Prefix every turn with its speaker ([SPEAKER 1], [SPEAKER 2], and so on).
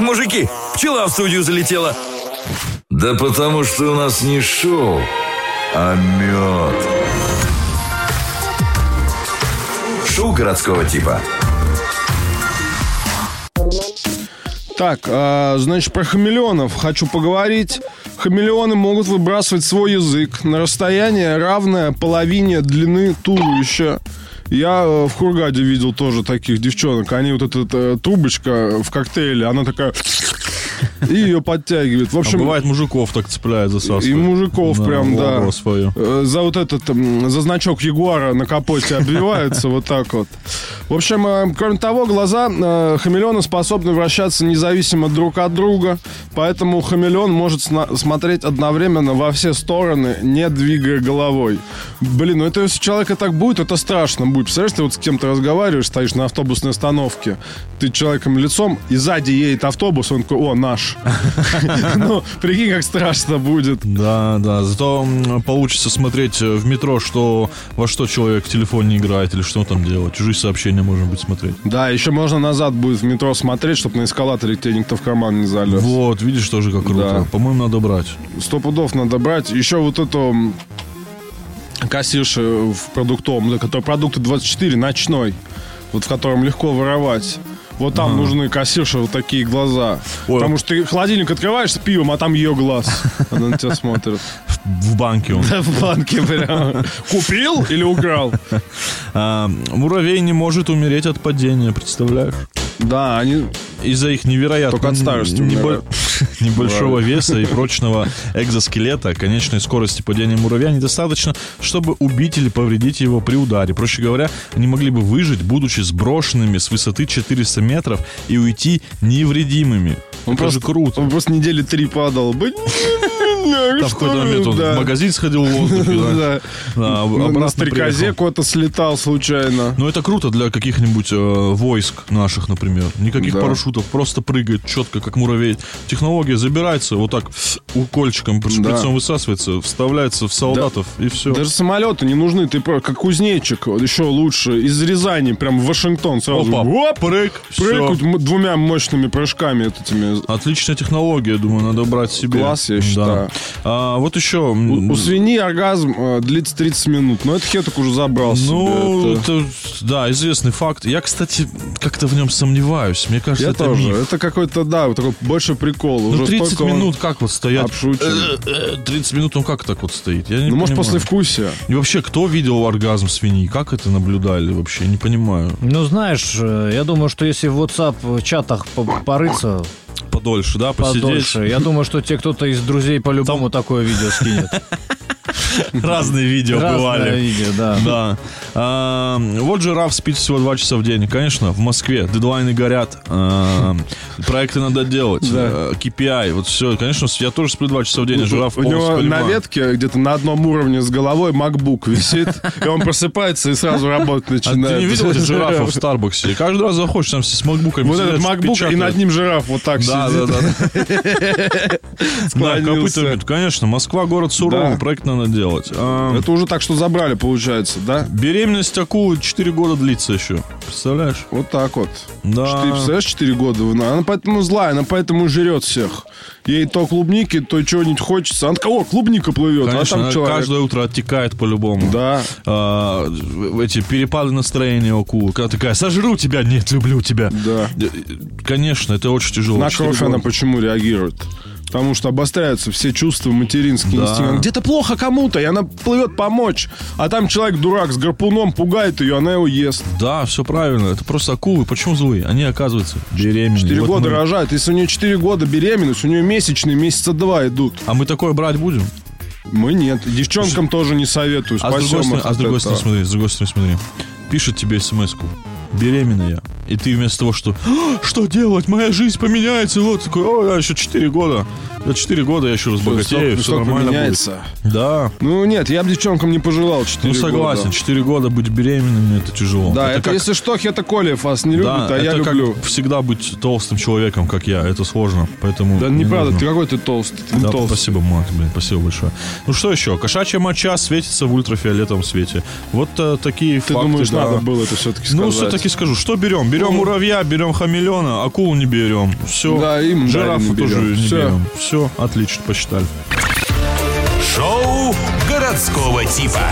[SPEAKER 1] Мужики, пчела в студию залетела.
[SPEAKER 2] Да потому что у нас не шоу, а мед. Шоу городского типа.
[SPEAKER 3] Так, а, значит, про хамелеонов хочу поговорить. Хамелеоны могут выбрасывать свой язык на расстояние, равное половине длины туловища. Я э, в Хургаде видел тоже таких девчонок. Они вот эта э, трубочка в коктейле, она такая... И ее подтягивает. В
[SPEAKER 4] А
[SPEAKER 3] общем,
[SPEAKER 4] бывает, мужиков так цепляет за саску.
[SPEAKER 3] и мужиков прям, да.
[SPEAKER 4] свою.
[SPEAKER 3] Э, За вот этот, м, за значок Ягуара на капоте обвиваются вот так вот. В общем, э, кроме того, глаза э, хамелеона способны вращаться независимо друг от друга, поэтому хамелеон может сна- смотреть одновременно во все стороны, не двигая головой. Блин, ну это если у человека так будет, это страшно будет. Представляешь, ты вот с кем-то разговариваешь, стоишь на автобусной остановке, ты человеком лицом, и сзади едет автобус, он такой, о, наш. Ну, прикинь, как страшно будет.
[SPEAKER 4] Да, да. Зато м, получится смотреть э, в метро, что во что человек в телефоне играет или что там делать. Чужие сообщения можно будет смотреть.
[SPEAKER 3] Да, еще можно назад будет в метро смотреть, чтобы на эскалаторе тебе никто в карман не залез.
[SPEAKER 4] Вот, видишь, тоже как круто.
[SPEAKER 3] Да.
[SPEAKER 4] По-моему, надо брать.
[SPEAKER 3] Сто пудов надо брать. Еще вот эту м, кассирша в продуктовом, да, который продукты 24, ночной, вот в котором легко воровать. Вот там нужны кассирши вот такие глаза.
[SPEAKER 4] Ой.
[SPEAKER 3] Потому что ты холодильник открываешь с пивом, а там ее глаз. Она на тебя смотрит.
[SPEAKER 4] В банке он.
[SPEAKER 3] Да, В банке прям. Купил или украл?
[SPEAKER 4] А, муравей не может умереть от падения, представляешь?
[SPEAKER 3] Да, они...
[SPEAKER 4] Из-за их невероятно
[SPEAKER 3] Только от старости умирают.
[SPEAKER 4] небольшого веса и прочного экзоскелета конечной скорости падения муравья недостаточно, чтобы убить или повредить его при ударе. Проще говоря, они могли бы выжить, будучи сброшенными с высоты 400 метров и уйти невредимыми.
[SPEAKER 3] Он
[SPEAKER 4] Это
[SPEAKER 3] просто,
[SPEAKER 4] же круто.
[SPEAKER 3] Он просто недели три падал. Бы-
[SPEAKER 4] Там в
[SPEAKER 3] Что
[SPEAKER 4] какой-то
[SPEAKER 3] вы,
[SPEAKER 4] момент он
[SPEAKER 3] да.
[SPEAKER 4] в магазин сходил в воздухе, да,
[SPEAKER 3] Да.
[SPEAKER 4] да, об-
[SPEAKER 3] На- На
[SPEAKER 4] обратно
[SPEAKER 3] стрекозе
[SPEAKER 4] приехал.
[SPEAKER 3] куда-то слетал случайно.
[SPEAKER 4] Ну, это круто для каких-нибудь э, войск наших, например. Никаких
[SPEAKER 3] Да.
[SPEAKER 4] парашютов, просто прыгает четко, как муравей. Технология забирается, вот так укольчиком, шприцом высасывается, вставляется в солдатов, и все.
[SPEAKER 3] Даже самолеты не нужны, ты про- как кузнечик, вот еще лучше, из Рязани, прям в Вашингтон сразу.
[SPEAKER 4] Опа,
[SPEAKER 3] Оп,
[SPEAKER 4] прыг, всё.
[SPEAKER 3] прыг вот м- двумя мощными прыжками вот этими.
[SPEAKER 4] Отличная технология, думаю, надо брать себе.
[SPEAKER 3] Класс, я
[SPEAKER 4] Да.
[SPEAKER 3] считаю.
[SPEAKER 4] А, вот еще...
[SPEAKER 3] У, у свиньи оргазм э, длится 30 минут, но это хеток уже забрал
[SPEAKER 4] Ну,
[SPEAKER 3] себе, это-
[SPEAKER 4] это, да, известный факт. Я, кстати, как-то в нем сомневаюсь. Мне кажется,
[SPEAKER 3] Я
[SPEAKER 4] это
[SPEAKER 3] тоже.
[SPEAKER 4] миф.
[SPEAKER 3] Это какой-то, да, вот такой больше прикол.
[SPEAKER 4] Ну,
[SPEAKER 3] уже
[SPEAKER 4] 30
[SPEAKER 3] столько он
[SPEAKER 4] минут как вот стоят?
[SPEAKER 3] обшучен.
[SPEAKER 4] Э, э, 30 минут он как так вот стоит? Я не
[SPEAKER 3] Ну, может,
[SPEAKER 4] понимаю.
[SPEAKER 3] после вкусия.
[SPEAKER 4] И вообще, кто видел оргазм свиньи? Как это наблюдали вообще? Не понимаю.
[SPEAKER 5] Ну, знаешь, э, я думаю, что если в WhatsApp-чатах по- порыться
[SPEAKER 4] Подольше, да, посидеть?
[SPEAKER 5] подольше, я думаю, что тебе кто-то из друзей по-любому такое видео скинет.
[SPEAKER 4] Разные видео
[SPEAKER 5] Разное
[SPEAKER 4] бывали.
[SPEAKER 5] видео, да.
[SPEAKER 4] Да. А, вот жираф спит всего 2 часа в день. Конечно, в Москве дедлайны горят. а, проекты надо делать.
[SPEAKER 3] Да.
[SPEAKER 4] а, KPI. Вот все. Конечно, я тоже сплю 2 часа в день, и жираф
[SPEAKER 3] У него
[SPEAKER 4] полностью
[SPEAKER 3] на
[SPEAKER 4] понимаю.
[SPEAKER 3] ветке где-то на одном уровне с головой MacBook висит, и он просыпается и сразу работать
[SPEAKER 4] А ты
[SPEAKER 3] начинает.
[SPEAKER 4] не видел этих жирафов в Старбаксе? И Каждый раз заходишь, там все с макбуками
[SPEAKER 3] Вот
[SPEAKER 4] сидят,
[SPEAKER 3] этот MacBook, и
[SPEAKER 4] печатают.
[SPEAKER 3] над ним жираф вот так
[SPEAKER 4] Да, да,
[SPEAKER 3] сидит.
[SPEAKER 4] да. Да,
[SPEAKER 3] склонился.
[SPEAKER 4] копытами. Конечно, Москва город суровый,
[SPEAKER 3] Да.
[SPEAKER 4] проект надо делать. А,
[SPEAKER 3] Это уже так, что забрали, получается, да?
[SPEAKER 4] Беременность акулы 4 года длится еще. Представляешь?
[SPEAKER 3] Вот так вот.
[SPEAKER 4] Да.
[SPEAKER 3] Четыре- представляешь, 4 года она. Она поэтому злая, она поэтому жрет всех. Ей то клубники, то чего-нибудь хочется. Она кого? Клубника плывет,
[SPEAKER 4] Конечно,
[SPEAKER 3] а там
[SPEAKER 4] она
[SPEAKER 3] человек.
[SPEAKER 4] каждое утро оттекает по-любому.
[SPEAKER 3] Да.
[SPEAKER 4] А, в- эти перепады настроения у акулы. Когда такая, сожру тебя, нет, люблю тебя.
[SPEAKER 3] Да.
[SPEAKER 4] Э, э, Конечно, это очень тяжело.
[SPEAKER 3] На
[SPEAKER 4] Четыре
[SPEAKER 3] кровь
[SPEAKER 4] года.
[SPEAKER 3] она почему реагирует? Потому что обостряются все чувства материнские
[SPEAKER 4] Да.
[SPEAKER 3] инстинкты. Где-то плохо кому-то, и она плывет помочь. А там человек дурак с гарпуном пугает ее, она его ест.
[SPEAKER 4] Да, все правильно. Это просто акулы. Почему злые? Они, оказываются, беременные.
[SPEAKER 3] Четыре
[SPEAKER 4] Вот
[SPEAKER 3] года
[SPEAKER 4] мы-
[SPEAKER 3] рожает. Если у нее 4 года беременность, у нее месячные месяца два идут.
[SPEAKER 4] А мы такое брать будем?
[SPEAKER 3] Мы нет. Девчонкам тоже не советую.
[SPEAKER 4] А с
[SPEAKER 3] Спасем
[SPEAKER 4] другой,
[SPEAKER 3] их
[SPEAKER 4] стороны, а
[SPEAKER 3] от
[SPEAKER 4] с другой
[SPEAKER 3] этого.
[SPEAKER 4] стороны, смотри, с другой стороны, смотри. Пишет тебе смс -ку. Беременна я. И ты вместо того, что «А, что делать, моя жизнь поменяется, вот такой, о, я еще 4 года. За 4 года я еще разбогатею,
[SPEAKER 3] Срок-
[SPEAKER 4] все
[SPEAKER 3] срок
[SPEAKER 4] нормально будет.
[SPEAKER 3] поменяется.
[SPEAKER 4] Да.
[SPEAKER 3] Ну нет, я бы девчонкам не пожелал 4
[SPEAKER 4] Ну согласен, 4 года быть беременным это тяжело.
[SPEAKER 3] Да, это,
[SPEAKER 4] как-
[SPEAKER 3] если что, Хета Колев вас не любит,
[SPEAKER 4] да,
[SPEAKER 3] а я
[SPEAKER 4] это как
[SPEAKER 3] люблю.
[SPEAKER 4] всегда быть толстым человеком, как я. Это сложно, поэтому...
[SPEAKER 3] Да
[SPEAKER 4] не
[SPEAKER 3] неправда,
[SPEAKER 4] нужно.
[SPEAKER 3] ты какой ты толстый, ты не
[SPEAKER 4] Да,
[SPEAKER 3] толстый.
[SPEAKER 4] спасибо, Мак, блин, спасибо большое. Ну что еще? Кошачья моча светится в ультрафиолетовом свете. Вот э, такие
[SPEAKER 3] Ты
[SPEAKER 4] факты,
[SPEAKER 3] думаешь,
[SPEAKER 4] да.
[SPEAKER 3] надо было это все-таки сказать?
[SPEAKER 4] Ну, все-таки Ну, скажу, что берем? Берем муравья, берем хамелеона, акул не берем. Все.
[SPEAKER 3] Да, им
[SPEAKER 4] Жирафа
[SPEAKER 3] да, не
[SPEAKER 4] тоже
[SPEAKER 3] берем.
[SPEAKER 4] не
[SPEAKER 3] Всё.
[SPEAKER 4] берем. Все, отлично, посчитали.
[SPEAKER 1] Шоу городского типа.